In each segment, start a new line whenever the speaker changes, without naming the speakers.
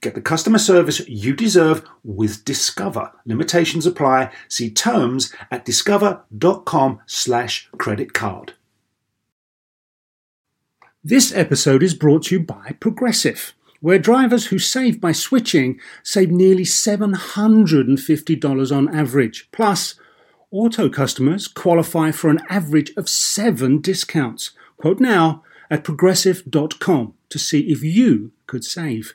Get the customer service you deserve with Discover. Limitations apply. See terms at discover.com slash credit card. This episode is brought to you by Progressive, where drivers who save by switching save nearly $750 on average. Plus, auto customers qualify for an average of seven discounts. Quote now at progressive.com to see if you could save.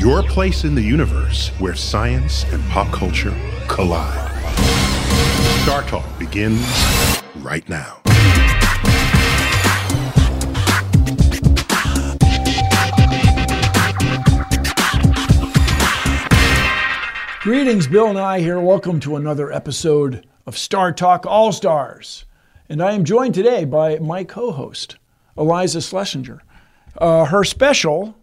your place in the universe where science and pop culture collide. Star Talk begins right now.
Greetings, Bill and I here. Welcome to another episode of Star Talk All Stars. And I am joined today by my co host, Eliza Schlesinger. Uh, her special,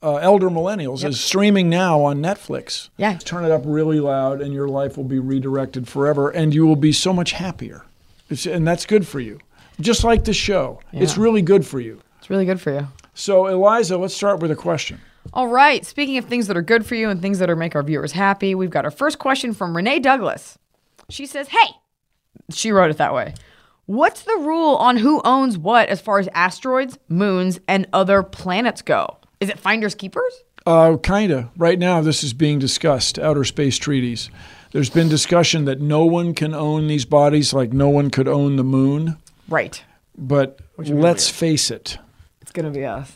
uh, Elder Millennials, is streaming now on Netflix.
Yeah.
Turn it up really loud, and your life will be redirected forever, and you will be so much happier. It's, and that's good for you. Just like the show, it's
Yeah.
really good for you.
It's really good for you.
So, Eliza, let's start with a question.
All right. Speaking of things that are good for you and things that are make our viewers happy, we've got our first question from Renee Douglas. She says, "Hey, she wrote it that way. What's the rule on who owns what as far as asteroids, moons, and other planets go? Is it finders keepers?
Uh, kinda. Right now, this is being discussed. Outer space treaties. There's been discussion that no one can own these bodies, like no one could own the moon.
Right.
But let's face it.
It's gonna be us.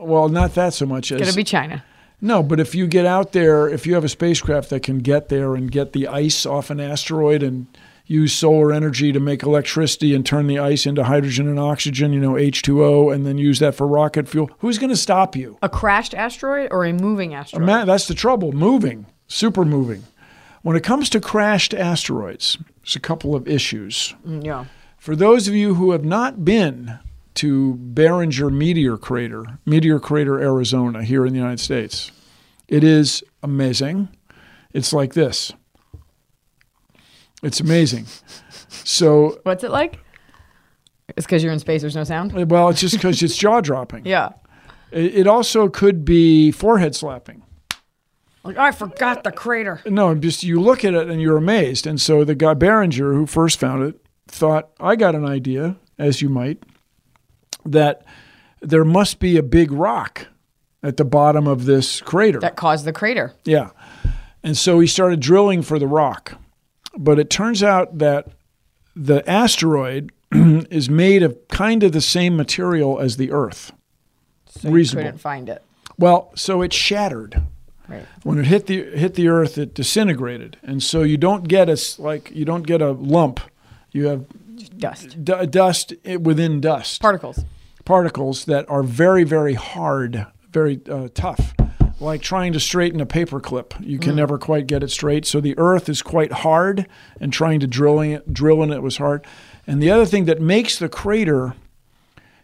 Well, not that so much as
Gonna be China.
no. But if you get out there, if you have a spacecraft that can get there and get the ice off an asteroid and use solar energy to make electricity and turn the ice into hydrogen and oxygen, you know H2O, and then use that for rocket fuel, who's going to stop you?
A crashed asteroid or a moving asteroid?
Ma- that's the trouble. Moving, super moving. When it comes to crashed asteroids, there's a couple of issues.
Mm, yeah.
For those of you who have not been to Barringer Meteor Crater, Meteor Crater, Arizona, here in the United States, it is amazing. It's like this. It's amazing. So,
What's it like? It's because you're in space. There's no sound.
well, it's just because it's jaw dropping.
Yeah.
It it also could be forehead slapping.
Like I forgot the crater.
No, just you look at it and you're amazed. And so the guy Barringer, who first found it, thought, I got an idea, as you might, that there must be a big rock at the bottom of this crater.
That caused the crater.
yeah. And so he started drilling for the rock. But it turns out that the asteroid is made of kind of the same material as the Earth.
So you
Reasonable.
couldn't find it.
Well, so it shattered.
Right.
when it hit the hit the earth, it disintegrated, and so you don't get a s- like you don't get a lump. You have
Dust.
d- dust i- within dust
Particles.
particles that are very very hard, very uh, tough, like trying to straighten a paperclip. You can never quite get it straight. So the earth is quite hard, and trying to drill it, drill in it was hard. And the other thing that makes the crater.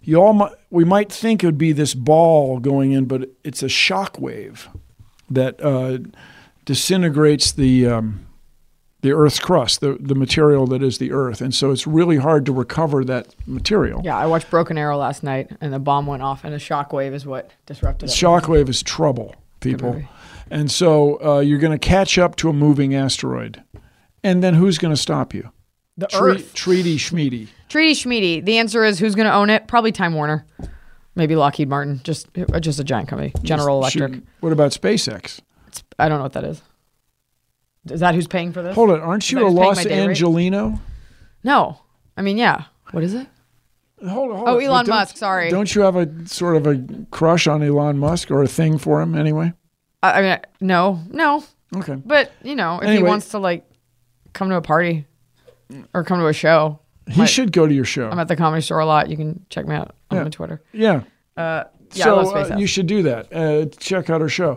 You all mi- we might think it would be this ball going in, but it's a shock wave that uh, disintegrates the um, the Earth's crust, the the material that is the Earth, and so it's really hard to recover that material.
Yeah, I watched Broken Arrow last night, and the bomb went off, and a shockwave is what disrupted it.
Shockwave is trouble, people,
movie.
and so uh, you're going to catch up to a moving asteroid, and then who's going to stop you?
the
Tre-
Earth.
treaty schmeaty.
Treaty Schmeedy. The answer is who's going to own it? Probably Time Warner, maybe Lockheed Martin. Just uh, just a giant company, General Electric.
Shoot. What about SpaceX?
It's, I don't know what that is. Is that who's paying for this?
Hold it. Aren't you
Is
a
that just paying
Los
my day rate?
Angelino?
No. I mean, yeah. What is it?
Hold on. Hold
Oh,
on.
Elon
But don't-
Musk, sorry.
Don't you have a sort of a crush on Elon Musk or a thing for him anyway?
I, I mean, I- no, no.
Okay.
But, you know, if he
Anyway.
wants to, like, come to a party or come to a show,
He should go to your show.
I'm at the comedy store a lot. You can check me out on my Twitter.
yeah.
Yeah, I
so
love Space
uh,
House.
you should do that. Uh, check out her show.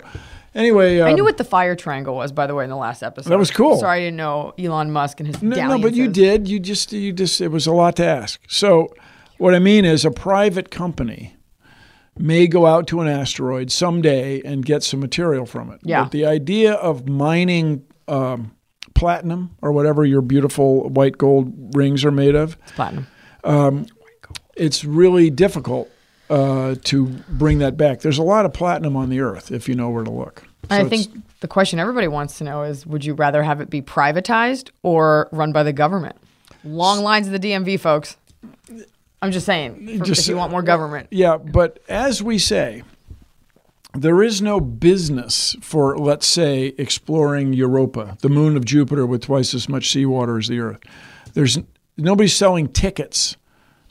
Anyway, uh,
I knew what the fire triangle was, by the way, in the last episode.
That was cool.
Sorry I didn't know Elon Musk and his
no, no, but you
dalliances.
did. You just, you just, it was a lot to ask. So, what I mean is, a private company may go out to an asteroid someday and get some material from it.
Yeah.
But the idea of mining um, platinum or whatever your beautiful white gold rings are made of,
Platinum.
it's really difficult uh, to bring that back. There's a lot of platinum on the Earth if you know where to look.
And
So
I
it's-
think the question everybody wants to know is would you rather have it be privatized or run by the government? Long lines at the DMV, folks. I'm just saying, for-
Just-
if you want more government.
Yeah, but as we say, there is no business for, let's say, exploring Europa, the moon of Jupiter with twice as much seawater as the Earth. There's nobody's selling tickets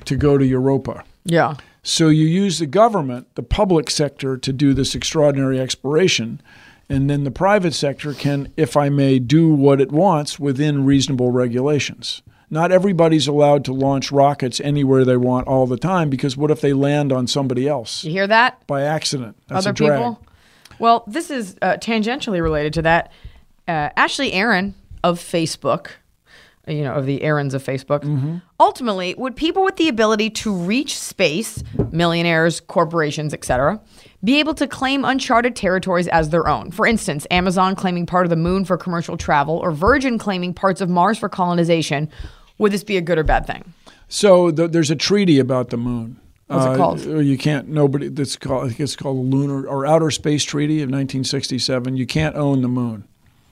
to go to Europa.
Yeah.
So you use the government, the public sector, to do this extraordinary exploration. And then the private sector can, if I may, do what it wants within reasonable regulations. Not everybody's allowed to launch rockets anywhere they want all the time because what if they land on somebody else
You hear that?
by accident? That's
Other
a drag.
people? Well, this is uh, tangentially related to that. Uh, Ashley Aaron of Facebook, you know, of the Aarons of Facebook,
Mm-hmm.
ultimately, would people with the ability to reach space, millionaires, corporations, etc., be able to claim uncharted territories as their own? For instance, Amazon claiming part of the moon for commercial travel or Virgin claiming parts of Mars for colonization. Would this be a good or bad thing?
So th- there's a treaty about the moon. Uh,
What's it called?
You can't. Nobody. That's called. I think it's called the Lunar or Outer Space Treaty of 1967. You can't own the moon.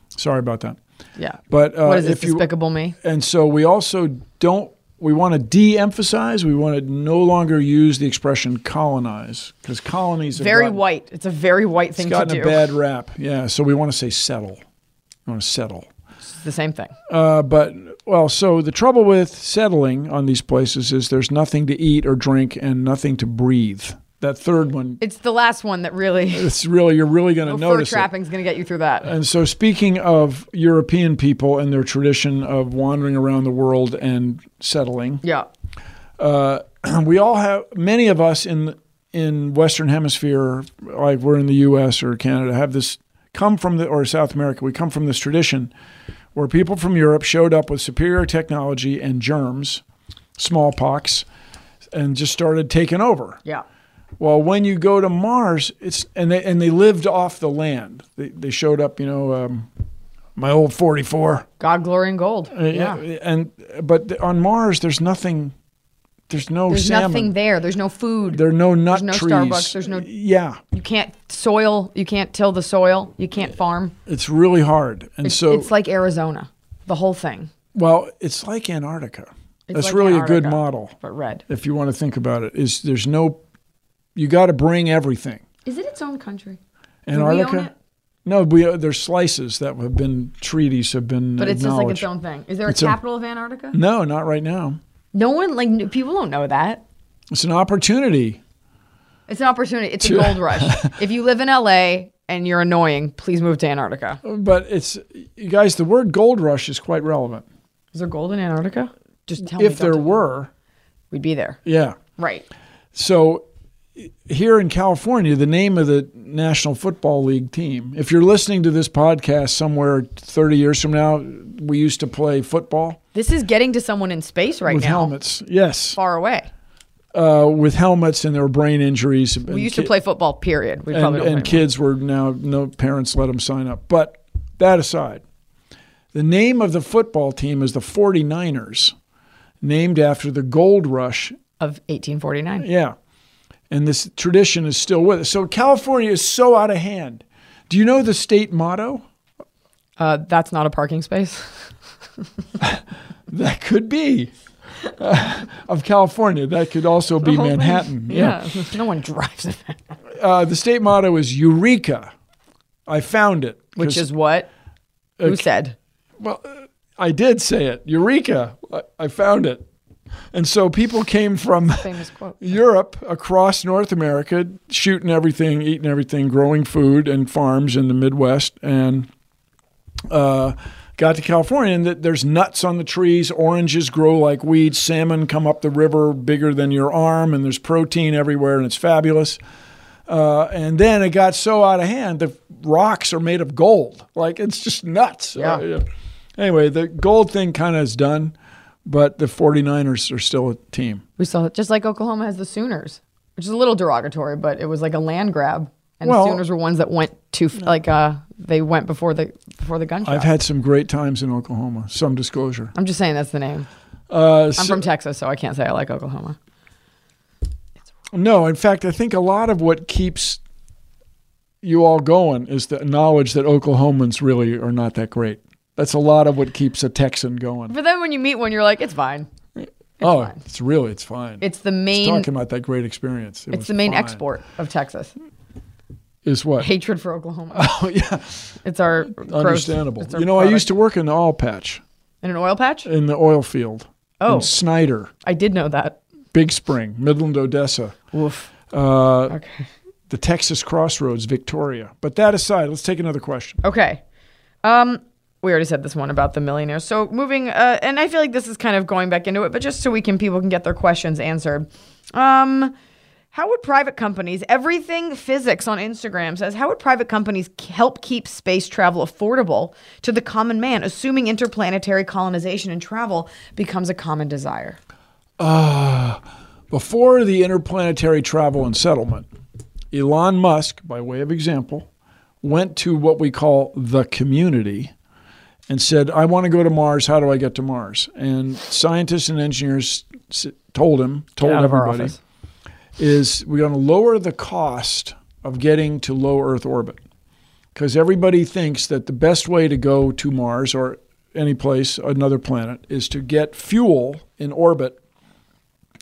Sorry about that.
Yeah.
But uh,
what is this,
if you
despicable me?
and so we also don't we want to de-emphasize we want to no longer use the expression colonize because colonies have
Very
gotten-
white. It's a very white thing
it's
to
gotten
do.
a bad rap yeah so we want to say settle we want to settle
It's the same thing.
uh, but well so the trouble with settling on these places is there's nothing to eat or drink and nothing to breathe that third one
It's the last one that really
it's really you're really going to
no fur
notice it.
trapping's going to get you through that.
And so, speaking of European people and their tradition of wandering around the world and settling,
yeah.
Uh, we all have many of us in in Western Hemisphere, like we're in the U.S. or Canada, have this come from the or South America. We come from this tradition where people from Europe showed up with superior technology and germs, smallpox, and just started taking over.
Yeah.
Well, when you go to Mars, it's and they and they lived off the land. They they showed up, you know, um, my old forty four.
God, glory, and gold.
Uh,
yeah.
and but on Mars, there's nothing. There's no
There's
salmon.
nothing there. There's no food.
There are no nut
no
trees.
Starbucks, there's no-
Yeah,
you can't soil. You can't till the soil. You can't farm.
it's really hard, and so
it's like Arizona, the whole thing.
well, it's like Antarctica.
It's
That's
like
really a good
Antarctica,
model
But red.
if you want to think about it. Is there's no, you got to bring everything.
Is it its own country? we own
Antarctica.
it?
No, we there's slices that have been treaties have been.
But it's just like
acknowledged.
its own thing. Is there a
It's a-
capital of Antarctica?
No, not right now.
No one like n- people don't know that.
It's an opportunity.
It's an opportunity. It's a gold rush. if you live in LA and you're annoying, please move to Antarctica.
But it's you guys. The word gold rush is quite relevant.
Is there gold in Antarctica? Just tell me.
if
don't
there
tell me.
were,
we'd be there.
yeah.
Right.
So i- here in California, the name of the National Football League team. If you're listening to this podcast somewhere 30 years from now, we used to play football
This is getting to someone in space right
with
now.
helmets. Yes,
Far away.
uh, with helmets, and there were brain injuries.
We used to play football, period. We
and,
probably don't
and
play
kids were now no parents let them sign up. But that aside, the name of the football team is the 49ers, named after the gold rush.
of 1849.
Yeah. And this tradition is still with us. So California is so out of hand. Do you know the state motto?
Uh, that's not a parking space.
That could be uh, of California. That could also be Manhattan. yeah.
no one drives it.
Uh, the state motto is Eureka. I found it.
Which
'Cause
is what? Who said?
Well, uh, I did say it. Eureka! I, I found it. And so people came from
Famous quote.
Europe across North America, shooting everything, eating everything, growing food and farms in the Midwest, and uh, got to California. And that there's nuts on the trees, oranges grow like weeds, salmon come up the river bigger than your arm, and there's protein everywhere, and it's fabulous. Uh, and then it got so out of hand, the rocks are made of gold. Like it's just nuts.
Yeah.
Uh, Anyway, the gold thing kind of is done, but the 49ers are still a team.
We saw it just like Oklahoma has the Sooners, which is a little derogatory, but it was like a land grab, and
Well-
the Sooners were ones that went to like uh they went before the before the gunshot.
I've had some great times in Oklahoma. Some disclosure.
I'm just saying that's the name.
Uh,
I'm
so-
from Texas, so I can't say I like Oklahoma.
no, in fact, I think a lot of what keeps you all going is the knowledge that Oklahomans really are not that great. That's a lot of what keeps a Texan going.
But then when you meet one, you're like, it's fine.
oh, it's really it's fine.
It's the main.
talking about that great experience. It
It's
was
the main
fine.
export of Texas.
Is what?
Hatred for Oklahoma.
Oh yeah,
It's our gross-
understandable.
it's our
You know, I
product.
used to work in the oil patch
in an oil patch.
in the oil field.
Oh.
in Snyder,
I did know that.
Big Spring, Midland, Odessa.
Woof.
Uh,
Okay.
the Texas Crossroads, Victoria. But that aside, let's take another question.
Okay. Um, we already said this one about the millionaires. So moving, uh, and I feel like this is kind of going back into it, but just so we can people can get their questions answered. Um, how would private companies? Everything physics on Instagram says how would private companies k- help keep space travel affordable to the common man, assuming interplanetary colonization and travel becomes a common desire.
Before the interplanetary travel and settlement, Elon Musk, by way of example, went to what we call the community and said, I want to go to Mars. How do I get to Mars? And scientists and engineers s- told him, told
out of our
everybody,
office.
is we're going to lower the cost of getting to low Earth orbit. Because everybody thinks that the best way to go to Mars or any place, another planet, is to get fuel in orbit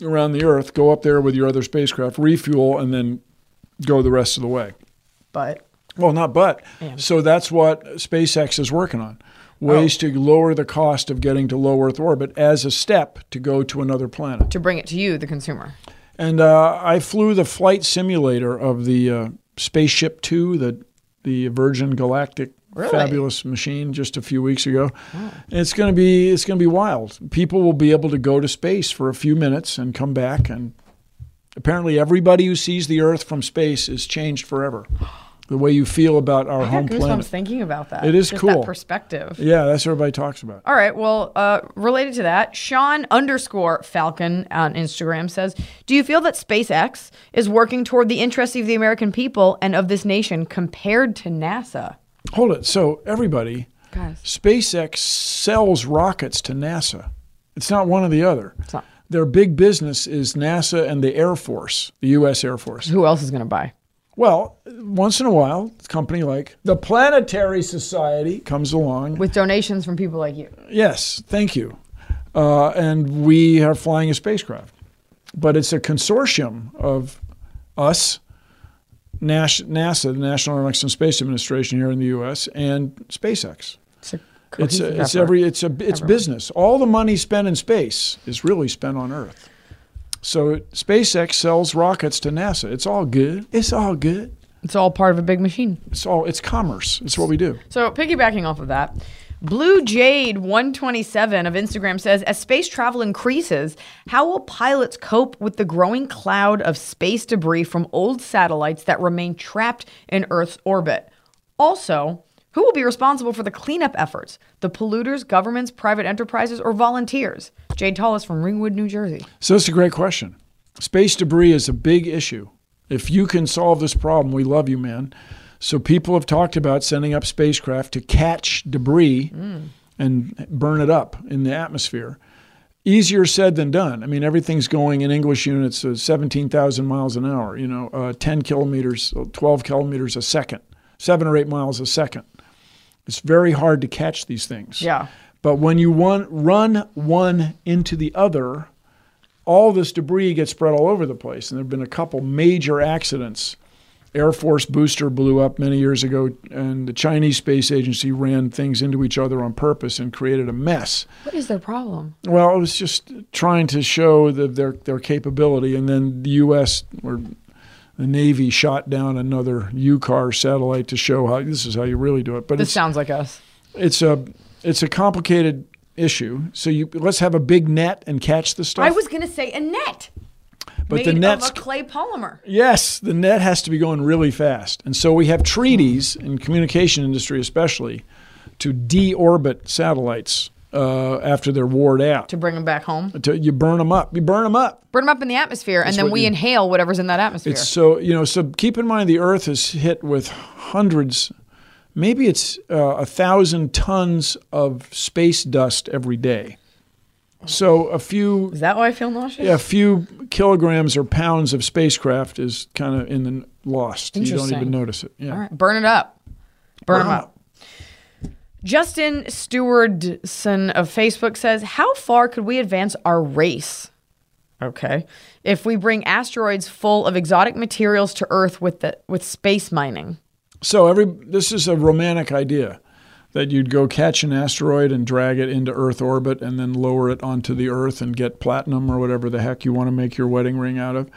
around the Earth, go up there with your other spacecraft, refuel, and then go the rest of the way.
But
Well, not but. So that's what SpaceX is working on ways to lower the cost of getting to low Earth orbit as a step to go to another planet.
to bring it to you, the consumer.
And uh, I flew the flight simulator of the uh, Spaceship Two, the the Virgin Galactic
Really?
fabulous machine, just a few weeks ago. And it's gonna be it's gonna be wild. People will be able to go to space for a few minutes and come back. And apparently, everybody who sees the Earth from space is changed forever. The way you feel about our
I
home
got goosebumps
planet.
thinking about that.
It is
Just
cool.
That perspective.
Yeah, that's what everybody talks about.
All right. Well, uh, related to that, Sean underscore Falcon on Instagram says, "Do you feel that SpaceX is working toward the interests of the American people and of this nation compared to NASA?"
Hold it. So everybody,
Guys.
SpaceX sells rockets to NASA. It's not one or the other.
It's not.
Their big business is NASA and the Air Force, the U.S. Air Force.
Who else is going to buy?
Well, once in a while, a company like the Planetary Society comes along.
With donations from people like you.
Yes, thank you. Uh, and we are flying a spacecraft. But it's a consortium of us, Nash, NASA, the National Aeronautics and Space Administration here in the U.S., and SpaceX.
It's a
It's,
cohesive
a, it's
effort.
every it's a it's
Everyone.
business. All the money spent in space is really spent on Earth. So SpaceX sells rockets to NASA. It's all good. It's all good.
It's all part of a big machine.
It's all it's commerce. It's what we do.
So, piggybacking off of that, Blue Jade 127 of Instagram says, as space travel increases, how will pilots cope with the growing cloud of space debris from old satellites that remain trapped in Earth's orbit? Also, who will be responsible for the cleanup efforts? The polluters, governments, private enterprises, or volunteers? Jade Tallis from Ringwood, New Jersey.
So it's a great question. Space debris is a big issue. If you can solve this problem, we love you, man. So people have talked about sending up spacecraft to catch debris and burn it up in the atmosphere. Easier said than done. I mean, everything's going in English units of 17,000 miles an hour, you know, uh, 10 kilometers, 12 kilometers a second, seven or eight miles a second. It's very hard to catch these things.
Yeah.
But when you one, run one into the other, all this debris gets spread all over the place. And there have been a couple major accidents Air Force booster blew up many years ago, and the Chinese space agency ran things into each other on purpose and created a mess.
What is their problem?
Well, it was just trying to show the, their their capability, and then the U.S. or the Navy shot down another UCAR satellite to show how this is how you really do it. But
This
it's,
sounds like us.
it's a it's a complicated issue. So you let's have a big net and catch the stuff.
I was gonna say a net,
but
made
the net's
of a clay polymer.
Yes, the net has to be going really fast. And so we have treaties in communication industry especially to deorbit satellites uh, after they're wore out.
To bring them back home,
To- you burn them up. You burn them up.
burn them up in the atmosphere, and then
what
we
you-
inhale whatever's in that atmosphere.
It's so, you know, so keep in mind the Earth is hit with hundreds, maybe it's uh, a thousand tons of space dust every day. So a few
Is that why I feel nauseous?
a few kilograms or pounds of spacecraft is kind of in the lost. You don't
Interesting.
even notice it. Yeah.
All right, burn it up, burn them
Wow.
up. Justin Stewardson of Facebook says, "How far could we advance our race?" Okay, if we bring asteroids full of exotic materials to Earth with the with space mining.
So every this is a romantic idea that you'd go catch an asteroid and drag it into Earth orbit and then lower it onto the Earth and get platinum or whatever the heck you want to make your wedding ring out of.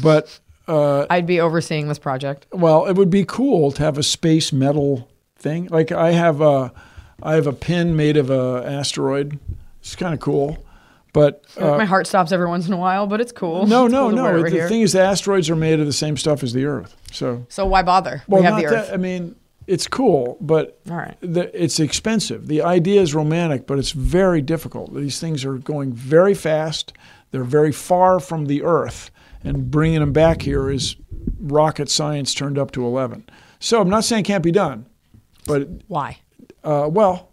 But
I'd be overseeing this project.
well, it would be cool to have a space metal thing. Like I have a I have a pin made of a asteroid. It's kind of cool. But uh,
My heart stops every once in a while, but it's cool.
no,
It's
no,
cool to wear
no.
over
The
here.
thing is, the asteroids are made of the same stuff as the Earth. So
So why bother?
Well,
we have
not
the Earth.
that. I mean, it's cool, but
All right.
the, it's expensive. The idea is romantic, but it's very difficult. These things are going very fast. They're very far from the Earth, and bringing them back here is rocket science turned up to eleven. So I'm not saying it can't be done, but
Why?
uh, well,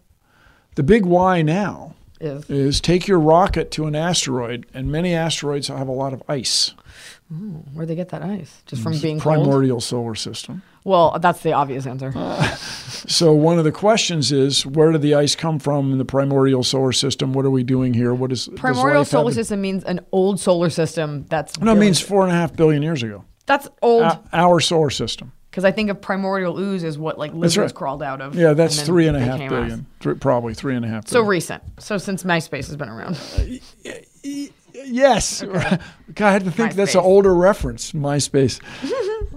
the big why now
Is
is take your rocket to an asteroid, and many asteroids have a lot of ice.
where'd they get that ice? Just from being cold?
Primordial solar system.
Well, that's the obvious answer.
So one of the questions is, where did the ice come from in the primordial solar system? What are we doing here? What is does
Primordial
life
solar
happen-
system means an old solar system that's
No, it
really-
means Ah. four and a half billion years ago.
that's old
O- Our solar system.
because I think of primordial ooze is what like lizards
right.
crawled out of.
Yeah, that's
then
three and a
they
half
came out.
billion. Three, probably three and a half.
So
billion.
recent. So since MySpace has been around.
yes, God, I had to think that's an
MySpace.
older reference. MySpace,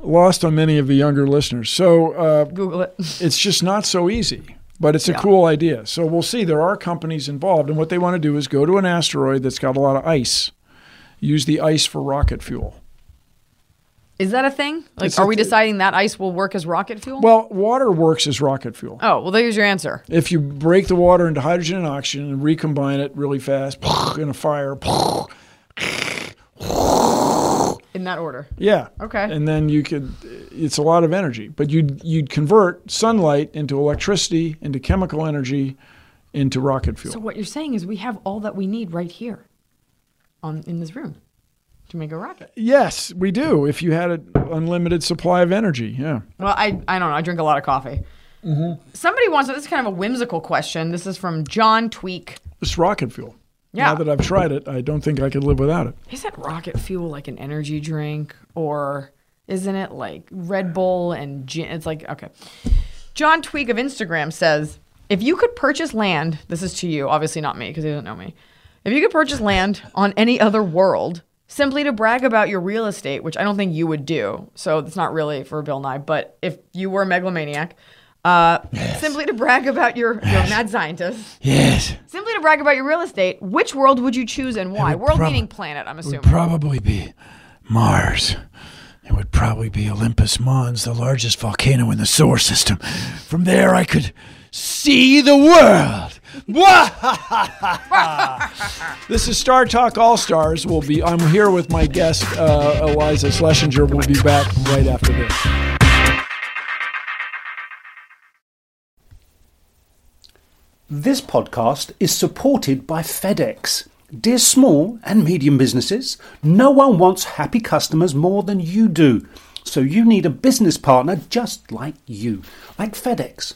lost on many of the younger listeners. So uh,
Google it.
it's just not so easy. But it's a cool idea. So we'll see. There are companies involved, and what they want to do is go to an asteroid that's got a lot of ice, use the ice for rocket fuel.
Is that a thing? Like,
It's
are
a-
we deciding that ice will work as rocket fuel?
Well, water works as rocket fuel.
oh, well, there's your answer.
If you break the water into hydrogen and oxygen and recombine it really fast in a fire,
In that order.
yeah.
Okay.
And then you could, it's a lot of energy, but you'd, you'd convert sunlight into electricity, into chemical energy, into rocket fuel.
So what you're saying is we have all that we need right here, on in this room, to make a rocket.
yes, we do. If you had an unlimited supply of energy, yeah.
Well, I I don't know. I drink a lot of coffee. Somebody wants this is kind of a whimsical question. This is from John Tweak.
It's rocket fuel.
Yeah.
Now that I've tried it, I don't think I could live without it.
Isn't rocket fuel like an energy drink or isn't it like Red Bull and gin? It's like, okay. John Tweak of Instagram says, if you could purchase land, this is to you, obviously not me because he doesn't know me. If you could purchase land on any other world simply to brag about your real estate, which I don't think you would do, so it's not really for Bill Nye, but if you were a megalomaniac, uh, simply to brag about your, your mad scientist,
Yes, it
simply to brag about your real estate, which world would you choose and why?
would
World
prob-
meaning planet, I'm assuming.
would probably be Mars. It would probably be Olympus Mons, the largest volcano in the solar system. From there, I could see the world.
This is Star Talk All Stars. We'll be. I'm here with my guest uh, Eliza Schlesinger. We'll be back right after this.
This podcast is supported by FedEx. Dear small and medium businesses, no one wants happy customers more than you do. So you need a business partner just like you, like FedEx,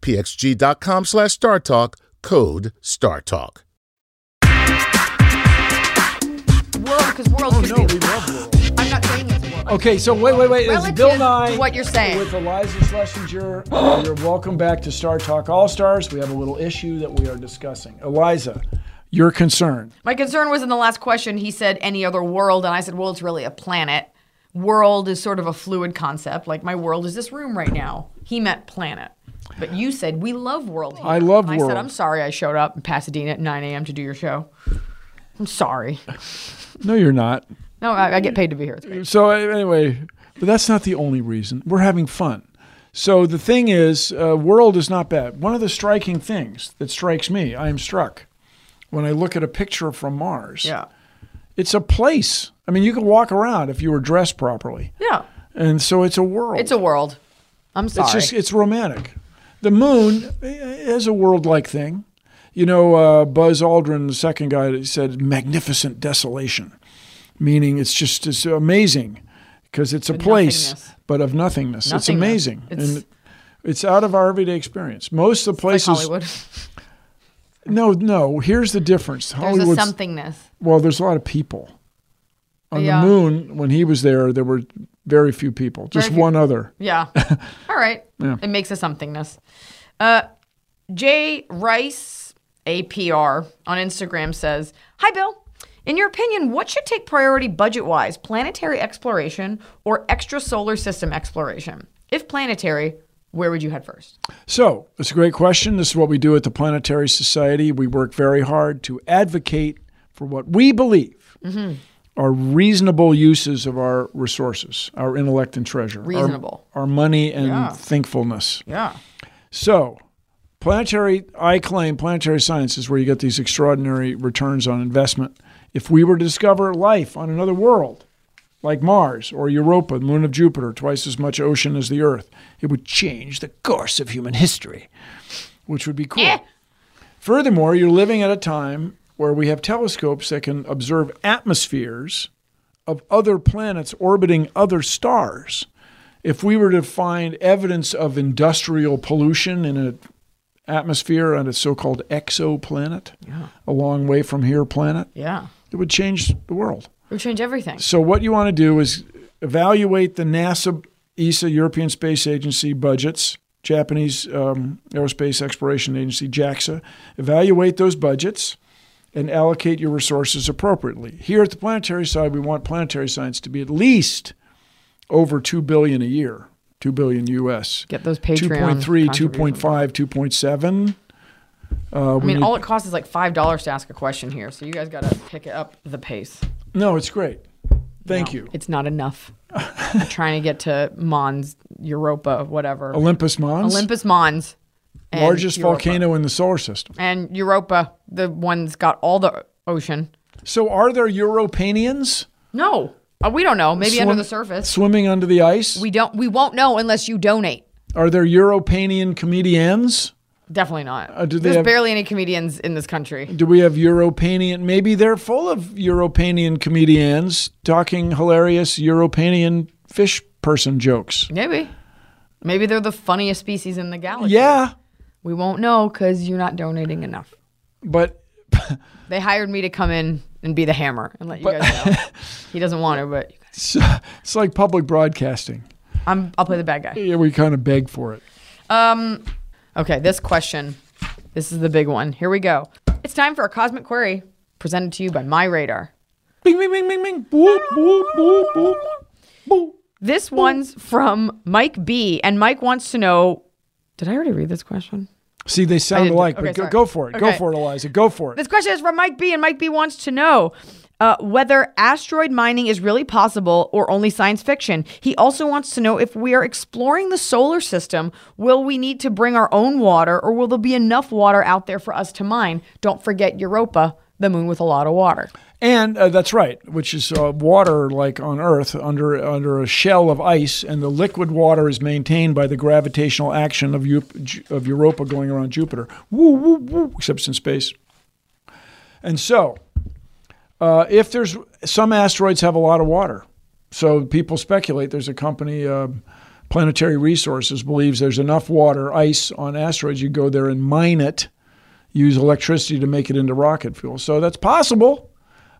pxg.com slash StarTalk. Code StarTalk.
World, because world
Oh
could
no,
be-
we love Will.
I'm not saying it's world.
Okay, so wait, wait, wait. It's
Relative
Bill
to
Nye.
what you're saying.
With Eliza Schlesinger. Uh, you're welcome back to Star Talk All Stars. We have a little issue that we are discussing. Eliza, your concern.
My concern was in the last question, he said any other world, and I said, well, it's really a planet. World is sort of a fluid concept. Like, my world is this room right now. He meant planet. But you said, we love world. here."
I love
and I
world.
said, I'm sorry I showed up in Pasadena at 9 a.m. to do your show. I'm sorry.
No, you're not.
No, I, I get paid to be here. It's great.
So uh, anyway, but that's not the only reason. We're having fun. So the thing is, uh, world is not bad. One of the striking things that strikes me, I am struck when I look at a picture from Mars.
Yeah.
It's a place. I mean, you could walk around if you were dressed properly.
Yeah.
And so it's a world.
It's a world. I'm sorry.
It's just it's romantic. The moon is a world-like thing. You know, uh, Buzz Aldrin, the second guy, that said magnificent desolation, meaning it's just it's amazing because it's a place,
nothingness.
but of nothingness. It's
Nothingness.
amazing.
It's-
and it's out of our everyday experience. Most of the
like
places.
Hollywood.
No, no. Here's the difference.
There's a
Hollywood's
somethingness.
well, there's a lot of people. On
Yeah.
the moon, when he was there, there were very few people. Just
few-
one other.
Yeah. All right. It makes a somethingness. Uh, Jay Rice, APR, on Instagram says Hi, Bill. In your opinion, what should take priority budget wise, planetary exploration or extrasolar system exploration? If planetary, where would you head first?
So, it's a great question. This is what we do at the Planetary Society. We work very hard to advocate for what we believe
Mm-hmm.
are reasonable uses of our resources, our intellect and treasure, our-
Reasonable.
our, money and
Yeah.
thankfulness.
Yeah.
So, planetary, I claim planetary science is where you get these extraordinary returns on investment. If we were to discover life on another world, like Mars or Europa, the moon of Jupiter, twice as much ocean as the Earth. It would change the course of human history, which would be cool. Furthermore, you're living at a time where we have telescopes that can observe atmospheres of other planets orbiting other stars. If we were to find evidence of industrial pollution in an atmosphere on a so-called exoplanet, a long way from here planet,
Yeah.
it would change the world.
It would change everything.
So what you want to do is evaluate the NASA, ESA, European Space Agency budgets, Japanese um, Aerospace Exploration Agency, JAXA. Evaluate those budgets and allocate your resources appropriately. Here at the planetary side, we want planetary science to be at least over two billion a year, two billion U.S.
Get those Patreon
2.3, 2.5, 2.7. Uh,
I mean, all it costs is like five dollars to ask a question here, so you guys gotta pick it up the pace.
no, it's great. Thank
No,
you.
It's not enough. I'm trying to get to Mons, Europa, whatever.
Olympus Mons,
Olympus Mons. and
largest
Europa.
volcano in the solar system.
And Europa, the one that's got all the ocean.
So are there Europanians?
No, uh, we don't know. Maybe under
swim-
the surface.
Swimming under the ice?
We don't. We won't know unless you donate.
are there Europanian comedians?
Definitely not.
Uh, do they
There's
have-
barely any comedians in this country.
Do we have Europanian? Maybe they're full of Europanian comedians talking hilarious Europanian fish person jokes.
Maybe. Maybe they're the funniest species in the galaxy.
Yeah,
We won't know because you're not donating enough.
but
They hired me to come in and be the hammer and let you guys know. he doesn't want to, but
it's, it's like public broadcasting.
I'm, I'll play the bad guy.
Yeah, we kind of beg for it.
Um, okay, this question. This is the big one. Here we go. It's time for a cosmic query presented to you by My Radar.
Bing, bing, bing, bing, bing. Boop, boop, boop, boop. Boop.
This one's from Mike B, and Mike wants to know. Did I already read this question?
See, they
I
sound
didn't-
alike,
okay,
but go,
sorry.
go for it. Go
Okay.
for it, Eliza. Go for it.
This question is from Mike B, and Mike B wants to know uh, whether asteroid mining is really possible or only science fiction. He also wants to know if we are exploring the solar system, will we need to bring our own water, or will there be enough water out there for us to mine? Don't forget Europa, the moon with a lot of water.
And uh, that's right, which is uh, water like on Earth under under a shell of ice, and the liquid water is maintained by the gravitational action of Eu- Ju- of Europa going around Jupiter. Woo, woo, woo, except it's in space. And so, uh, if there's some asteroids have a lot of water, so people speculate there's a company. Uh, Planetary Resources believes there's enough water, ice on asteroids. You go there and mine it, use electricity to make it into rocket fuel. So that's possible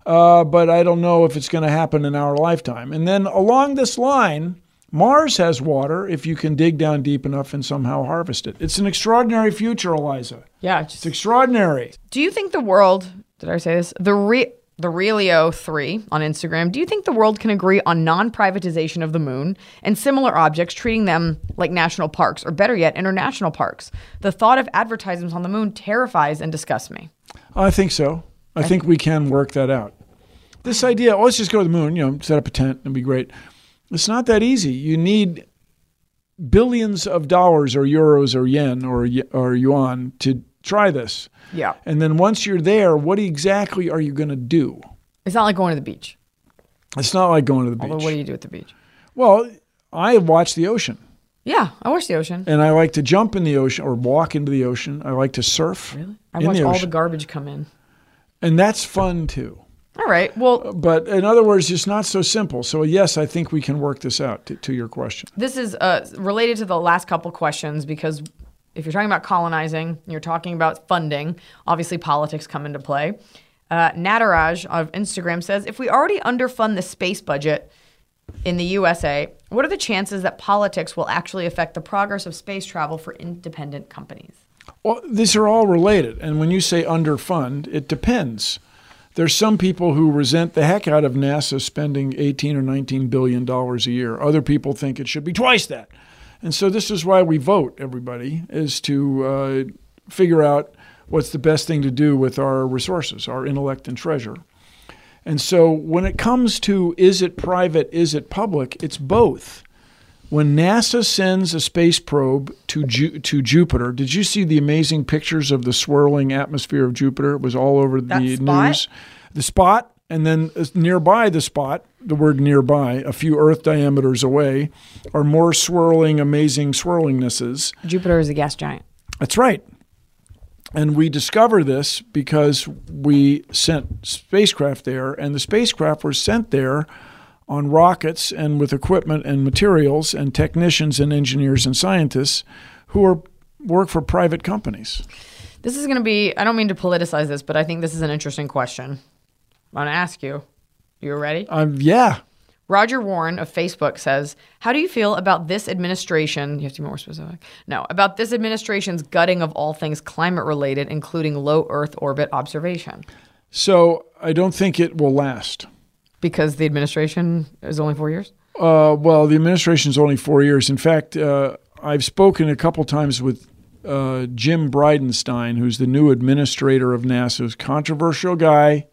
uh, but I don't know if it's going to happen in our lifetime. And then along this line, Mars has water if you can dig down deep enough and somehow harvest it. It's an extraordinary future, Eliza.
Yeah.
It's extraordinary.
do you think the world? Did I say this? The re. The Relio 3 on Instagram. Do you think the world can agree on non privatization of the moon and similar objects, treating them like national parks, or better yet, international parks? The thought of advertisements on the moon terrifies and disgusts me.
I think so. I think we can work that out. This idea, oh, let's just go to the moon, you know, set up a tent and be great. It's not that easy. You need billions of dollars or euros or yen or, y- or yuan to try this.
Yeah.
And then once you're there, what exactly are you going to do?
It's not like going to the beach.
It's not like going to the beach.
Although, what do you do at the beach?
Well, I watch the ocean
Yeah, I watch the ocean.
and I like to jump in the ocean or walk into the ocean. I like to surf
I
in
watch
the
all the
ocean.
garbage come in.
and that's fun too.
All right. Well,
But in other words, it's not so simple. So, yes, I think we can work this out to, to your question.
this is uh, related to the last couple questions because if you're talking about colonizing, you're talking about funding. Obviously, politics come into play. Uh, Nataraj of Instagram says, if we already underfund the space budget in the USA, what are the chances that politics will actually affect the progress of space travel for independent companies?
Well, these are all related. And when you say underfund, it depends. There's some people who resent the heck out of NASA spending 18 or 19 billion dollars a year. Other people think it should be twice that. And so this is why we vote. Everybody is to uh, figure out what's the best thing to do with our resources, our intellect and treasure. And so when it comes to is it private, is it public, it's both when NASA sends a space probe to Ju- to Jupiter, did you see the amazing pictures of the swirling atmosphere of Jupiter? It was all over
That
the
spot?
news. The spot, and then uh, nearby the spot the word nearby, a few Earth diameters away, are more swirling, amazing swirlingnesses.
Jupiter is a gas giant.
That's right. And we discover this because we sent spacecraft there, and the spacecraft were sent there on rockets and with equipment and materials and technicians and engineers and scientists who are work for private companies.
This is going to be, I don't mean to politicize this, but I think this is an interesting question. I'm going to ask you. You ready?
Um, yeah,
Roger Warren of Facebook says, How do you feel about this administration? You have to be more specific. No, about this administration's gutting of all things climate related, including low Earth orbit observation.
so I don't think it will last.
Because the administration is only four years?
Uh, well, the administration's only four years. In fact, uh, I've spoken a couple times with uh, Jim Bridenstine, who's the new administrator of NASA, who's a controversial guy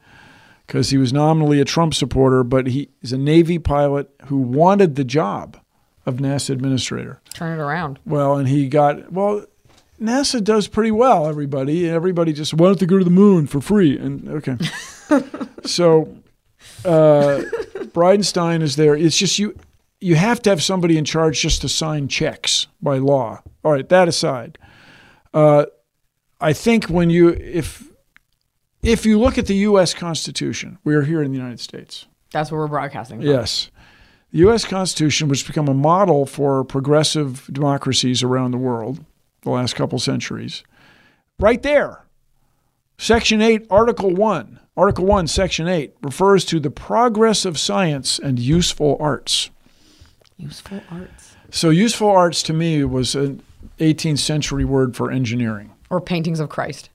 because he was nominally a Trump supporter, but he is a Navy pilot who wanted the job of NASA administrator.
Turn it around.
Well, and he got well. NASA does pretty well. Everybody, everybody just why don't they go to the moon for free? And okay, so uh, Bridenstine is there. It's just you. You have to have somebody in charge just to sign checks by law. All right, that aside, uh, I think when you if if you look at the U.S. Constitution, we are here in the United States.
That's what we're broadcasting. from.
Yes. The U.S. Constitution, which has become a model for progressive democracies around the world the last couple centuries, right there, Section 8, Article 1, Article 1, Section 8, refers to the progress of science and useful arts.
Useful arts.
So, useful arts to me was an 18th century word for engineering.
Or paintings of Christ.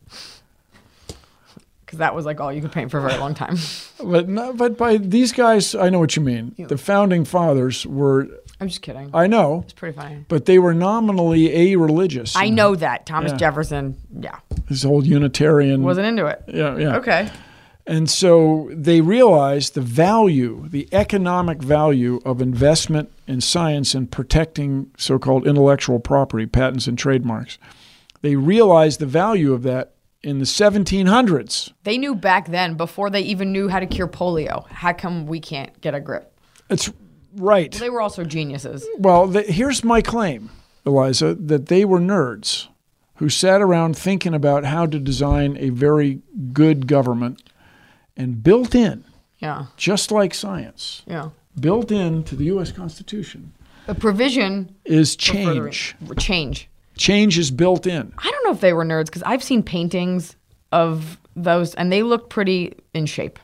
Because that was like all you could paint for a very long time.
But, no- but by these guys, I know what you mean. The founding fathers were,
I'm just kidding.
I know,
it's pretty funny.
but they were nominally a religious.
I know that. Thomas
Yeah.
Jefferson, yeah,
This whole Unitarian.
wasn't into it.
Yeah, yeah.
Okay.
And so they realized the value, the economic value of investment in science and protecting so called intellectual property, patents and trademarks. They realized the value of that in the 1700s.
They knew back then, before they even knew how to cure polio. How come we can't get a grip?
It's right.
They were also geniuses.
Well, th here's my claim, Eliza, that they were nerds who sat around thinking about how to design a very good government and built in,
Yeah,
just like science,
yeah.
built into the U.S. Constitution
A provision
is
for further-
change.
Change.
Change is built in.
I don't know if they were nerds because I've seen paintings of those, and they look pretty in shape.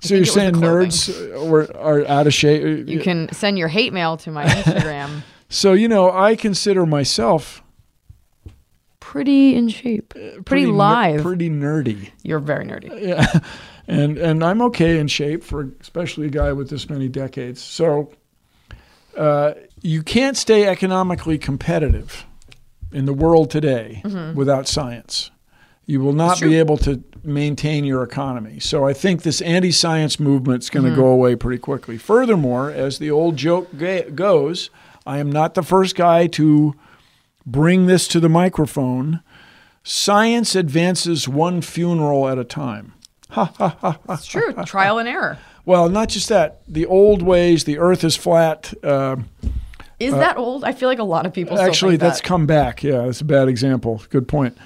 So you're
think it
saying
was
nerds uh, were, are out of shape.
You can send your hate mail to my Instagram.
So you know, I consider myself
pretty in shape. Pretty,
ner-
live.
Uh, pretty nerdy,
You're very nerdy.
and and I'm okay in shape for especially a guy with this many decades. So uh, you can't stay economically competitive in the world today without science. You will not be able to maintain your economy. So I think this anti-science movement's going to go away pretty quickly. Furthermore, as the old joke ga- goes, I am not the first guy to bring this to the microphone. Science advances one funeral at a time.
It's true. Trial and error.
Well, not just that. The old ways, the Earth is flat. Uh,
Is that old? I feel like a lot of people.
actually,
still think
that's
that.
come back. Yeah, that's a bad example. Good point.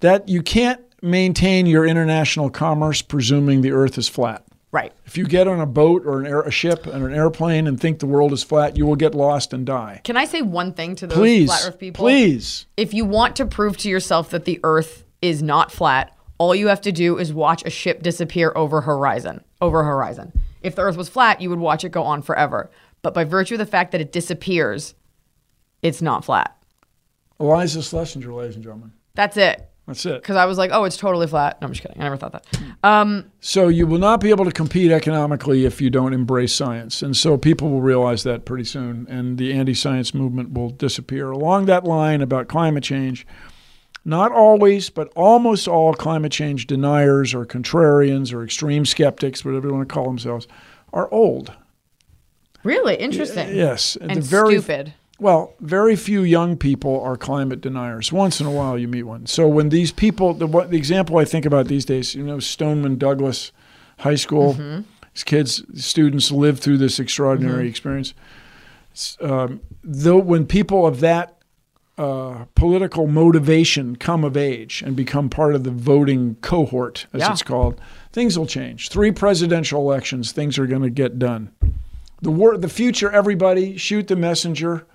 That you can't maintain your international commerce presuming the Earth is flat.
right.
If you get on a boat or an air, a ship and an airplane and think the world is flat, you will get lost and die.
Can I say one thing to those
Please,
flat Earth people?
please.
If you want to prove to yourself that the Earth is not flat, all you have to do is watch a ship disappear over horizon. Over horizon. If the Earth was flat, you would watch it go on forever. But by virtue of the fact that it disappears, it's not flat.
Eliza Schlesinger, ladies and gentlemen.
That's it.
That's it.
Because I was like, oh, it's totally flat. No, I'm just kidding. I never thought that.
So you will not be able to compete economically if you don't embrace science. And so people will realize that pretty soon and the anti-science movement will disappear. Along that line about climate change, not always, but almost all climate change deniers or contrarians or extreme skeptics, whatever you want to call themselves, are old.
Really interesting.
Yes,
And stupid.
Well, very few young people are climate deniers. Once in a while, you meet one. So when these people, the, what, the example I think about these days, you know, Stoneman Douglas High School, These kids, students live through this extraordinary experience. It's, um, though, when people of that uh, political motivation come of age and become part of the voting cohort, as
Yeah.
it's called, things will change. Three presidential elections, things are going to get done. The war, the future, everybody shoot the messenger.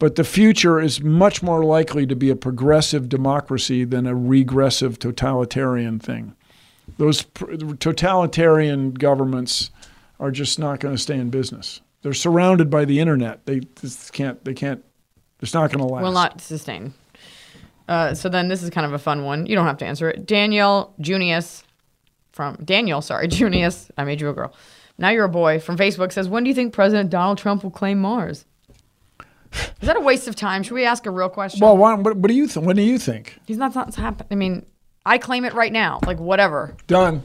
But the future is much more likely to be a progressive democracy than a regressive totalitarian thing. Those pr- totalitarian governments are just not going to stay in business. They're surrounded by the internet. They just can't. They can't. It's not going to last.
Will not sustain. Uh, so then this is kind of a fun one. You don't have to answer it. Danielle Junius from Daniel, sorry, Junius. I made you a girl. Now you're a boy from Facebook says, When do you think President Donald Trump will claim Mars? Is that a waste of time? Should we ask a real question?
Well, why, what, what do you think? What do you think?
He's not that's happening. I mean, I claim it right now. Like whatever.
Done.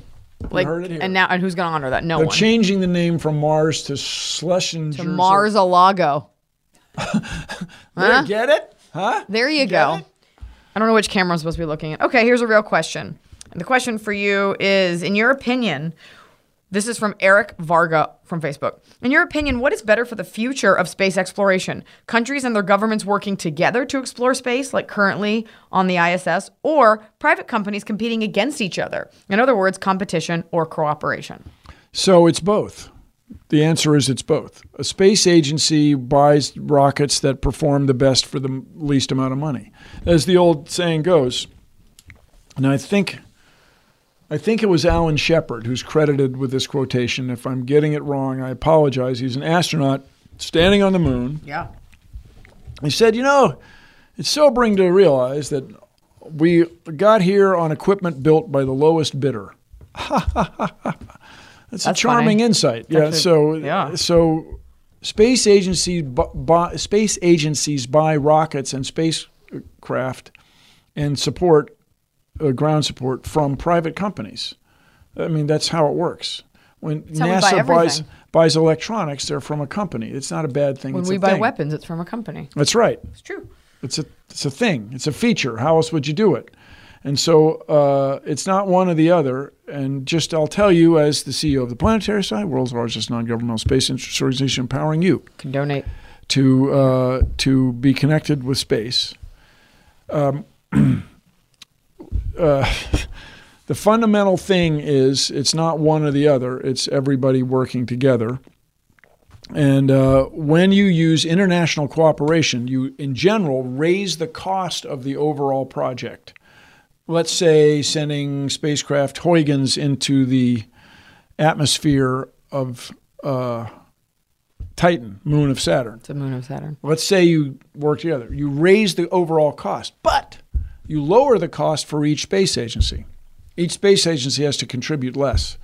Like
heard it here.
and now and who's gonna honor that? No
They're
one.
changing the name from Mars to Schlesinger.
to Mars a Lago.
Huh? Get it? Huh?
There you go. I don't know which camera I'm supposed to be looking at. Okay, here's a real question. The question for you is In your opinion, this is from Eric Varga from Facebook. In your opinion, what is better for the future of space exploration? Countries and their governments working together to explore space, like currently on the ISS, or private companies competing against each other? In other words, competition or cooperation.
So it's both. The answer is it's both. A space agency buys rockets that perform the best for the m- least amount of money, as the old saying goes. And I think, I think it was Alan Shepard who's credited with this quotation. If I'm getting it wrong, I apologize. He's an astronaut standing on the moon.
Yeah.
He said, "You know, it's sobering to realize that we got here on equipment built by the lowest bidder." That's,
That's
a charming
funny.
insight. yeah.
That's a-
so
yeah.
So space agency bu- bu- space agencies buy rockets and spacecraft and support uh, ground support from private companies. I mean, that's how it works. When
how we buy
NASA buys
everything.
buys electronics, they're from a company. It's not a bad thing.
When
it's
we
a
buy
thing.
weapons, it's from a company.
That's right.
It's true.
It's a it's a thing. It's a feature. How else would you do it? And so uh, it's not one or the other. And just I'll tell you, as the CEO of the Planetary Side, world's largest non-governmental space interest organization, empowering you
Can donate.
to uh, to be connected with space. Um, uh, the fundamental thing is it's not one or the other. It's everybody working together. And uh, when you use international cooperation, you in general raise the cost of the overall project. Let's say sending spacecraft Huygens into the atmosphere of uh, Titan, moon of Saturn.
It's a moon of Saturn.
Let's say you work together. You raise the overall cost, but you lower the cost for each space agency. Each space agency has to contribute less.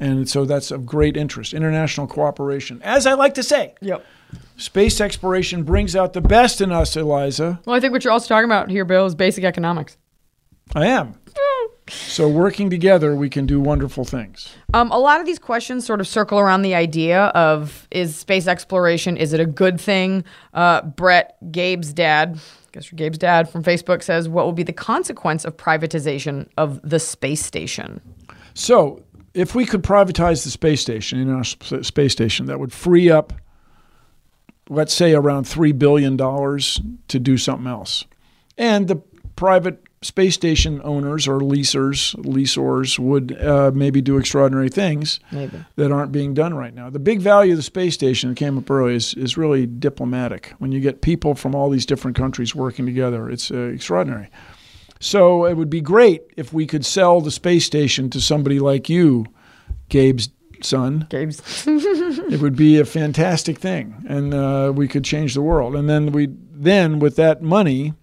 And so that's of great interest. International cooperation. As I like to say,
Yep.
space exploration brings out the best in us, Eliza.
Well, I think what you're also talking about here, Bill, is basic economics.
I am. So working together, we can do wonderful things.
Um, a lot of these questions sort of circle around the idea of is space exploration is it a good thing? Uh, Brett, Gabe's dad, I guess you're Gabe's dad from Facebook says, what will be the consequence of privatization of the space station?
So, if we could privatize the space station, International S- Space Station, that would free up, let's say, around three billion dollars to do something else, and the private space station owners or leasers, leasors would uh, maybe do extraordinary things
Maybe.
that aren't being done right now. The big value of the space station that came up early is, is really diplomatic. When you get people from all these different countries working together, it's uh, extraordinary. So it would be great if we could sell the space station to somebody like you, Gabe's son.
Gabe's.
It would be a fantastic thing, and uh, we could change the world. And then we then with that money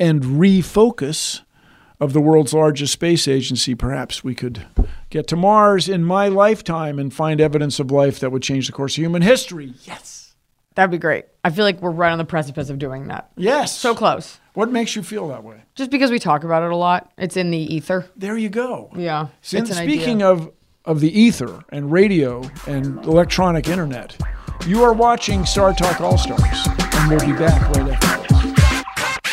and refocus of the world's largest space agency, perhaps we could get to Mars in my lifetime and find evidence of life that would change the course of human history. Yes.
That'd be great. I feel like we're right on the precipice of doing that.
Yes.
So close.
What makes you feel that way?
Just because we talk about it a lot, it's in the ether.
There you go.
Yeah.
Since
it's an
speaking
idea.
of of the ether and radio and electronic internet, you are watching Star Talk All Stars, and we'll be back right after. this.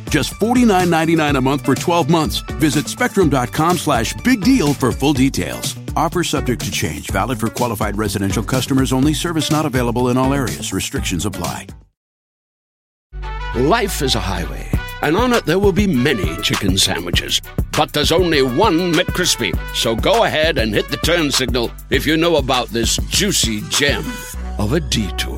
Just $49.99 a month for 12 months. Visit spectrum.com slash big deal for full details. Offer subject to change, valid for qualified residential customers only, service not available in all areas. Restrictions apply.
Life is a highway, and on it there will be many chicken sandwiches. But there's only one McCrispy, so go ahead and hit the turn signal if you know about this juicy gem of a detour.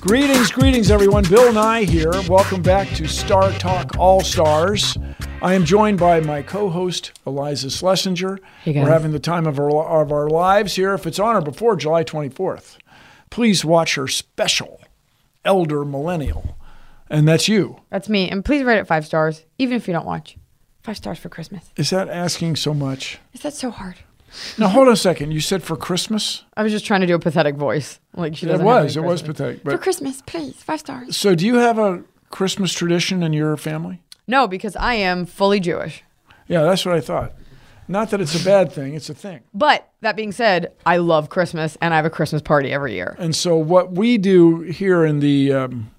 Greetings, greetings, everyone. Bill Nye here. Welcome back to Star Talk All Stars. I am joined by my co-host Eliza Schlesinger.
Hey, guys.
We're having the time of our of our lives here. If it's on or before July 24th, please watch her special, Elder Millennial, and that's you.
That's me. And please rate it five stars, even if you don't watch. Five stars for Christmas.
Is that asking so much?
Is that so hard?
Now hold on a second. You said for Christmas.
I was just trying to do a pathetic voice. Like she
It
doesn't have
was. It
any
was
charisma.
pathetic.
For
But
Christmas, please, five stars.
so, do you have a Christmas tradition in your family?
No, because I am fully Jewish.
Yeah, that's what I thought. Not that it's a bad thing. It's a thing.
But that being said, I love Christmas and I have a Christmas party every year.
And so what we do here in the um,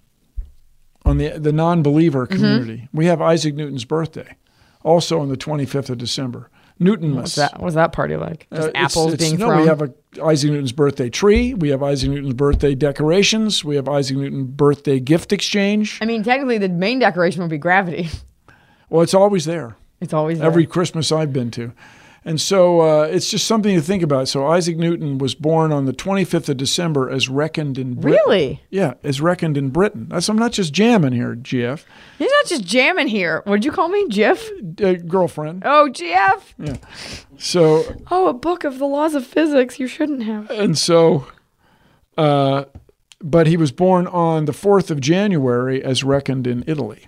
on the the non-believer
Mm-hmm.
community, we have Isaac Newton's birthday, also on the 25th of December. Newtonmas.
What's that, what's that party like?
Uh,
Just
it's-
apples
it's-
being
no,
thrown.
we have a Isaac Newton's birthday tree. We have Isaac Newton's birthday decorations. We have Isaac Newton birthday gift exchange.
I mean, technically, the main decoration would be gravity.
Well, it's always there.
It's always there.
every Christmas I've been to. And so uh, it's just something to think about. So Isaac Newton was born on the 25th of December as reckoned in Britain.
Really?
Yeah, as reckoned in Britain. That's, I'm not just jamming here, GF.
He's not just jamming here. What'd you call me? Jif?
Uh, girlfriend.
Oh, GF.
So
Oh, a book of the laws of physics you shouldn't have.
and so, uh, but he was born on the 4th of January as reckoned in Italy.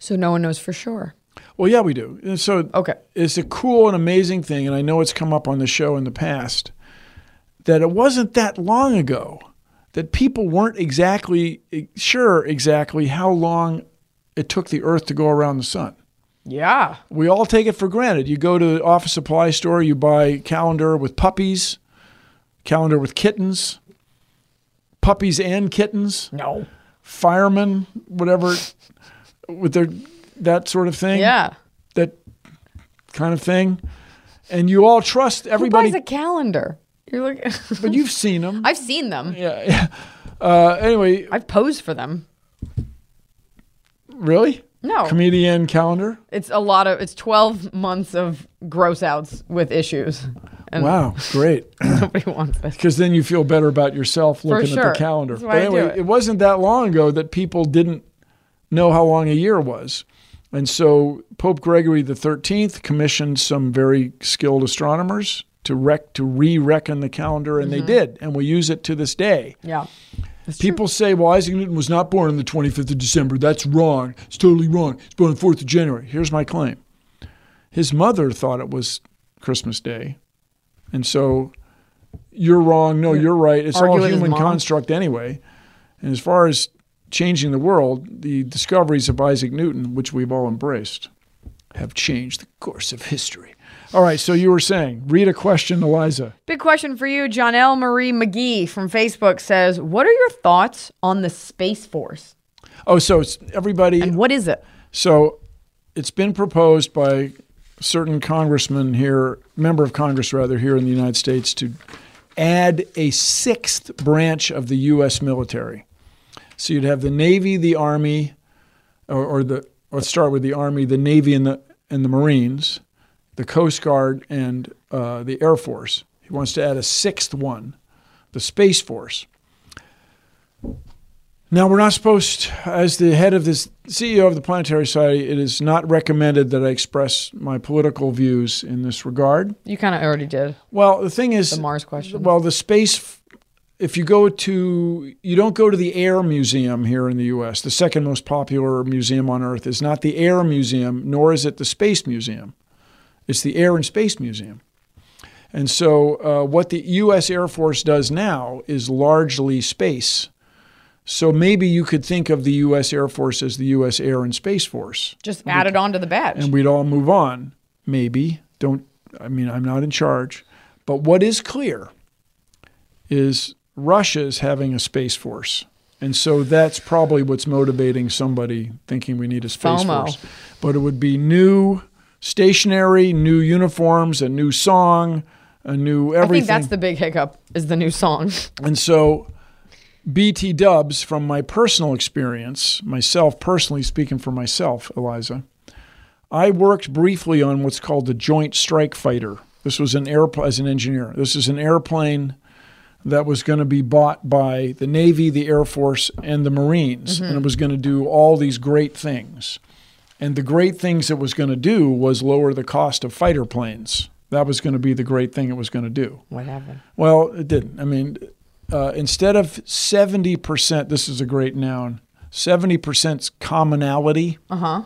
So no one knows for sure.
Well, yeah, we do. And so
Okay.
it's a cool and amazing thing, and I know it's come up on the show in the past that it wasn't that long ago that people weren't exactly eh, sure exactly how long it took the Earth to go around the sun.
Yeah.
We all take it for granted. You go to the office supply store, you buy calendar with puppies, calendar with kittens, puppies and kittens,
No.
firemen, whatever, with their that sort of thing
Yeah.
that kind of thing. And you all trust
Everybody
everybody,
buys a calendar. You're like,
but you've seen them.
I've seen them.
yeah. Uh, anyway,
I've posed for them.
really?
No.
Comedian calendar.
It's a lot of. It's twelve months of gross outs with issues, and and
Wow, great.
nobody wants it.
Because then you feel better about yourself looking
sure.
at the calendar.
That's why
but
I do
anyway,
it.
wasn't that long ago that people didn't know how long a year was. And so Pope Gregory the 13th commissioned some very skilled astronomers to rec- to re-reckon the calendar and
Mm-hmm.
they did and we use it to this day.
Yeah.
People say, well, Isaac Newton was not born on the 25th of December. That's wrong. It's totally wrong. He's born on the 4th of January. Here's my claim his mother thought it was Christmas Day. And so you're wrong. No, you're right. It's
Argue
all
with his
human
mom.
construct anyway. And as far as changing the world, the discoveries of Isaac Newton, which we've all embraced, have changed the course of history. All right. So you were saying, read a question, Eliza.
Big question for you. John L. Marie McGee from Facebook says, What are your thoughts on the Space Force?
Oh, so it's everybody.
And what is it?
So it's been proposed by certain congressman here, member of Congress rather, here in the United States to add a sixth branch of the U.S. military. So you'd have the Navy, the Army, or, or the let's start with the Army, the Navy, and the and the Marines, the Coast Guard, and uh, the Air Force. He wants to add a sixth one, the Space Force. Now, we're not supposed, as the head of this CEO of the Planetary Society, it is not recommended that I express my political views in this regard.
You kind of already did.
Well, the thing is, the
Mars question.
Well, the space. If you go to, you don't go to the Air Museum here in the U.S. The second most popular museum on Earth is not the Air Museum, nor is it the Space Museum. It's the Air and Space Museum. And so, uh, what the U.S. Air Force does now is largely space. So maybe you could think of the U.S. Air Force as the U.S. Air and Space Force
Just add it onto the badge.
and we'd all move on. Maybe don't. I mean, I'm not in charge, but what is clear is Russia's having a space force, and so that's probably what's motivating somebody thinking we need a space
FOMO.
force. But it would be new stationery, new uniforms, a new song, a new
I think
everything.
that's the big hiccup is the new song.
And so, BT dubs from my personal experience, myself personally speaking for myself, Eliza, I worked briefly on what's called the Joint Strike Fighter. This was an airplane, as an engineer, this is an airplane that was going to be bought by the Navy, the Air Force, and the Marines. And it was going to do all these great things. And the great things it was going to do was lower the cost of fighter planes. That was going to be the great thing it was going to do.
what happened?
Well, it didn't. I mean, uh, instead of 70%, this is a great noun, 70% commonality. Uh huh.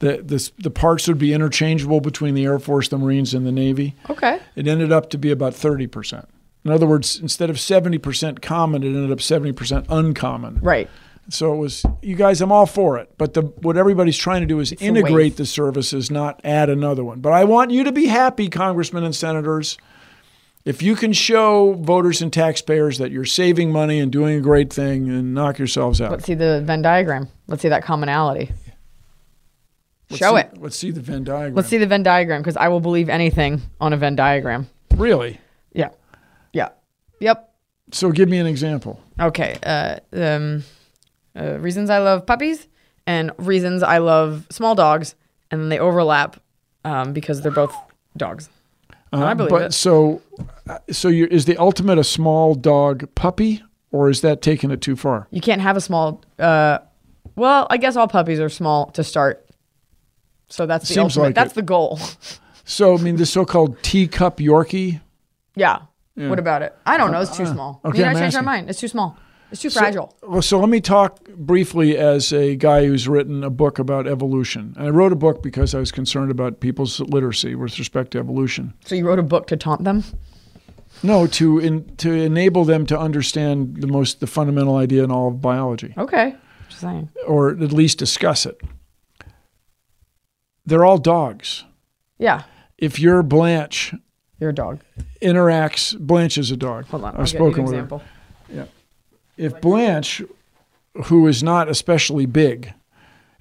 The, the, the parts would be interchangeable between the Air Force, the Marines, and the Navy.
Okay.
It ended up to be about 30%. In other words, instead of 70% common, it ended up 70% uncommon.
Right.
So it was, you guys, I'm all for it. But the, what everybody's trying to do is
a
integrate
waste.
the services, not add another one. But I want you to be happy, congressmen and senators. If you can show voters and taxpayers that you're saving money and doing a great thing, and knock yourselves out.
Let's see the Venn diagram. Let's see that commonality. Show
see,
it.
Let's see the Venn diagram.
Let's see the Venn diagram because I will believe anything on a Venn diagram.
Really?
Yeah. Yeah. Yep.
So give me an example.
Okay. Uh, um, uh, reasons I love puppies and reasons I love small dogs, and then they overlap um, because they're both dogs. And I believe
but
it.
so, uh, so you're, is the ultimate a small dog puppy, or is that taking it too far?
You can't have a small. Uh, well, I guess all puppies are small to start. So that's the
Seems
ultimate.
like
that's
it.
the goal.
So I mean, the so-called teacup Yorkie.
yeah. What about it? I don't know. It's too small.
Uh, okay,
you know,
I'm
I changed my
asking.
mind. It's too small. It's too fragile.
Well, so let me talk briefly as a guy who's written a book about evolution. I wrote a book because I was concerned about people's literacy with respect to evolution.
So you wrote a book to taunt them.
No, to in, to enable them to understand the most the fundamental idea in all of biology,
Okay. Just saying.
or at least discuss it. They're all dogs.
Yeah.
If you're Blanche
You're a dog.
interacts, Blanche is a dog.
Hold on.
I've
I'll get you
spoken
an
with her.
example.
if Blanche, who is not especially big,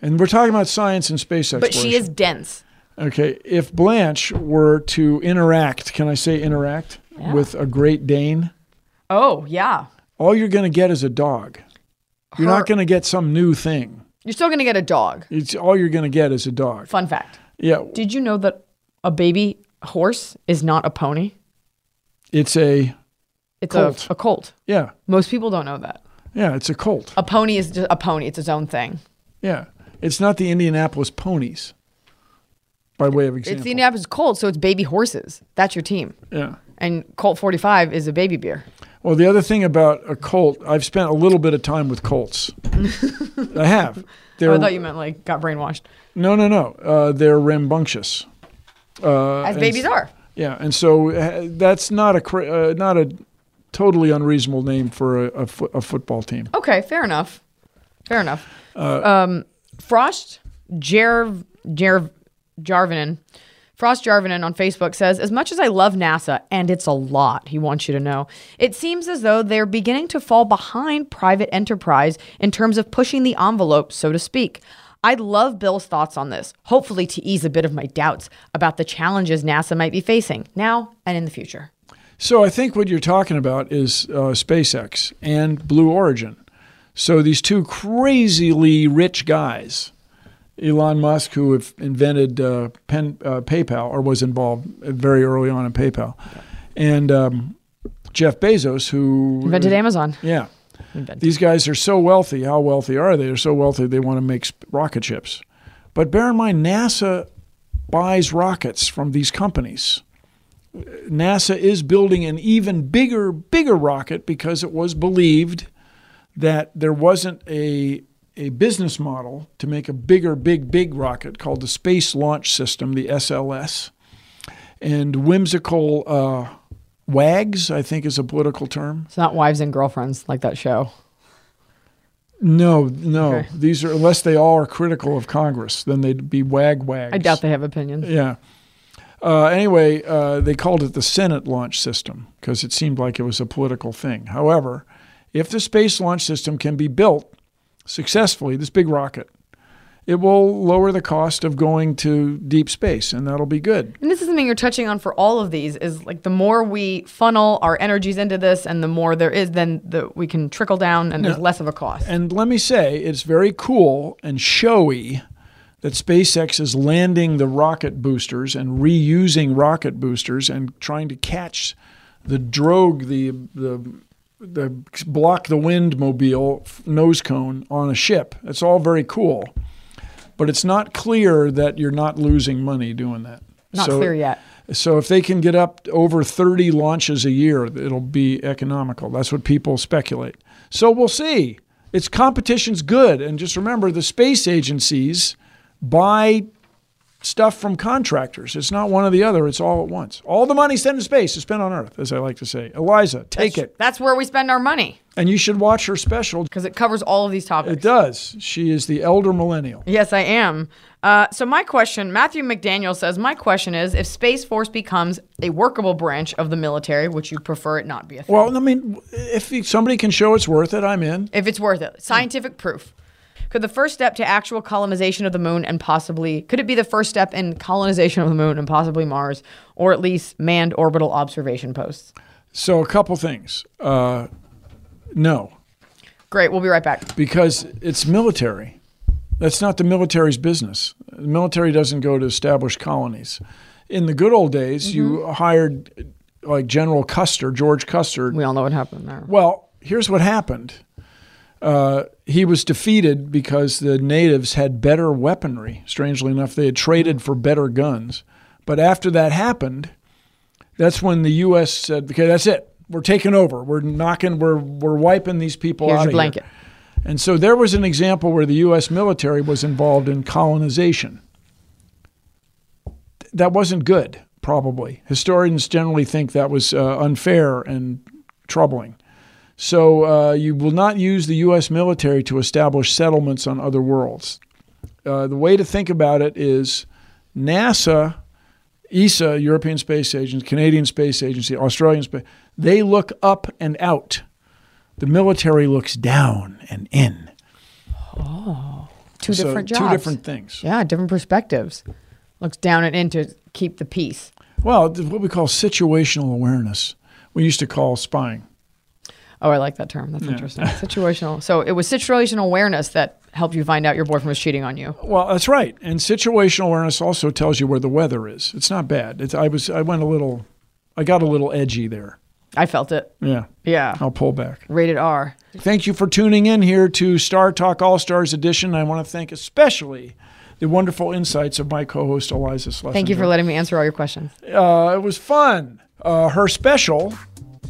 and we're talking about science and space
But
exploration,
she is dense.
Okay, if Blanche were to interact, can I say interact
Yeah.
with a Great Dane?
Oh yeah.
All you're going to get is a dog. You're
Her-
not going to get some new thing.
You're still gonna get a dog.
It's all you're going to get is a dog.
Fun fact.
Yeah.
Did you know that a baby horse is not a pony?
It's a
It's
Colt.
A, a colt.
yeah,
Most people don't know that.
yeah. It's a colt.
A pony is just a pony. It's its own thing.
Yeah, it's not the Indianapolis Ponies. By way of example,
It's the Indianapolis Colt, so it's baby horses. That's your team.
yeah.
And Colt 45 is a baby beer.
Well, the other thing about a colt, I've spent a little bit of time with colts. I have. They're
Oh, I thought you meant like got brainwashed.
no, no, no. Uh, they're rambunctious. Uh,
As babies are.
Yeah, and so uh, that's not a cra- uh, not a totally unreasonable name for a, a, fo- a football team.
Okay, fair enough. Fair enough. um, Frost Jerv, Jerv, Jarvinen, Frost Jarvinen on Facebook says, As much as I love NASA, and it's a lot, he wants you to know, it seems as though they're beginning to fall behind private enterprise in terms of pushing the envelope, so to speak. I'd love Bill's thoughts on this, hopefully to ease a bit of my doubts about the challenges NASA might be facing now and in the future.
So I think what you're talking about is uh, SpaceX and Blue Origin. So these two crazily rich guys, Elon Musk, who have invented uh, Pen, uh, PayPal or was involved very early on in PayPal, and um, Jeff Bezos, who
Invented Amazon.
Yeah. These guys are so wealthy. How wealthy are they? They're so wealthy they want to make sp- rocket ships. But bear in mind, NASA buys rockets from these companies. NASA is building an even bigger, bigger rocket because it was believed that there wasn't a a business model to make a bigger, big, big rocket called the Space Launch System, the SLS. And whimsical uh, wags, I think, is a political term.
It's not wives and girlfriends like that show.
No, no.
Okay.
These are unless they all are critical of Congress, then they'd be wag wags.
I doubt they have opinions.
Yeah. Uh, anyway, uh, they called it the Senate launch system because it seemed like it was a political thing. However, if the space launch system can be built successfully, this big rocket, it will lower the cost of going to deep space, and that'll be good.
And this is something you're touching on for all of these is like the more we funnel our energies into this and the more there is, then the, we can trickle down and there's less of a cost.
And let me say, it's very cool and showy that SpaceX is landing the rocket boosters and reusing rocket boosters and trying to catch the drogue, the the the block the wind mobile f- nose cone on a ship. It's all very cool, but it's not clear that you're not losing money doing that.
Not
So-
clear yet.
so if they can get up over 30 launches a year, it'll be economical. That's what people speculate. So we'll see. It's competition's good, and just remember the space agencies buy stuff from contractors. It's not one or the other. It's all at once. All the money sent to space is spent on Earth, as I like to say. Eliza, take it,
That's where we spend our money
and you should watch her special.
because it covers all of these topics.
It does. She is the elder millennial.
Yes, I am. Uh, so my question, Matthew McDaniel says, my question is, if Space Force becomes a workable branch of the military, would you prefer it not be a thing?
Well, I mean, if somebody can show it's worth it, I'm in.
if it's worth it. Scientific proof. Could the first step to actual colonization of the moon and possibly could it be the first step in colonization of the moon and possibly Mars or at least manned orbital observation posts?
So a couple things. Uh, no.
Great, we'll be right back.
because it's military. That's not the military's business. The military doesn't go to establish colonies. In the good old days, you
Mm-hmm.
hired like General Custer, George Custer.
We all know what happened there.
Well, here's what happened. Uh, he was defeated because the natives had better weaponry. Strangely enough, they had traded for better guns. But after that happened, that's when the U.S. said, "Okay, that's it. We're taking over. We're knocking. We're we're wiping these people
Here's
out
your
of
blanket.
here." And so there was an example where the U.S. military was involved in colonization. Th- That wasn't good, probably. Historians generally think that was uh, unfair and troubling. So uh, you will not use the U.S. military to establish settlements on other worlds. Uh, the way to think about it is NASA, ESA, European Space Agency, Canadian Space Agency, Australian Space, they look up and out. The military looks down and in.
Two
So
different jobs.
Two different things.
Yeah, different perspectives. Looks down and in to keep the peace.
Well, th- what we call situational awareness. We used to call spying.
Oh, I like that term. That's interesting. Situational. So it was situational awareness that helped you find out your boyfriend was cheating on you.
Well, that's right. And situational awareness also tells you where the weather is. It's not bad. It's, I was I went a little, I got a little edgy there.
I felt it.
Yeah.
Yeah.
I'll pull back.
Rated R.
Thank you for tuning in here to Star Talk All Stars Edition. I want to thank especially the wonderful insights of my co host, Eliza Schlesinger.
Thank you for letting me answer all your questions.
Uh, it was fun. Uh, her special,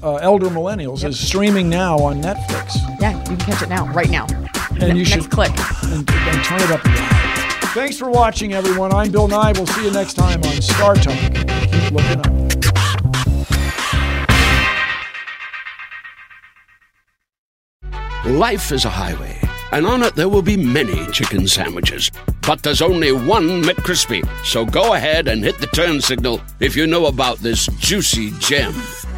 uh, Elder Millennials, is streaming now on Netflix.
Yeah, you can catch it now, right now.
And
Ne-
you
next
should-
click.
And, and turn it up. again. Thanks for watching, everyone. I'm Bill Nye. We'll see you next time on Star Talk. Keep looking up.
Life is a highway, and on it there will be many chicken sandwiches. But there's only one McCrispy. So go ahead and hit the turn signal if you know about this juicy gem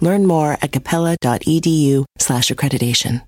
Learn more at capella.edu/accreditation.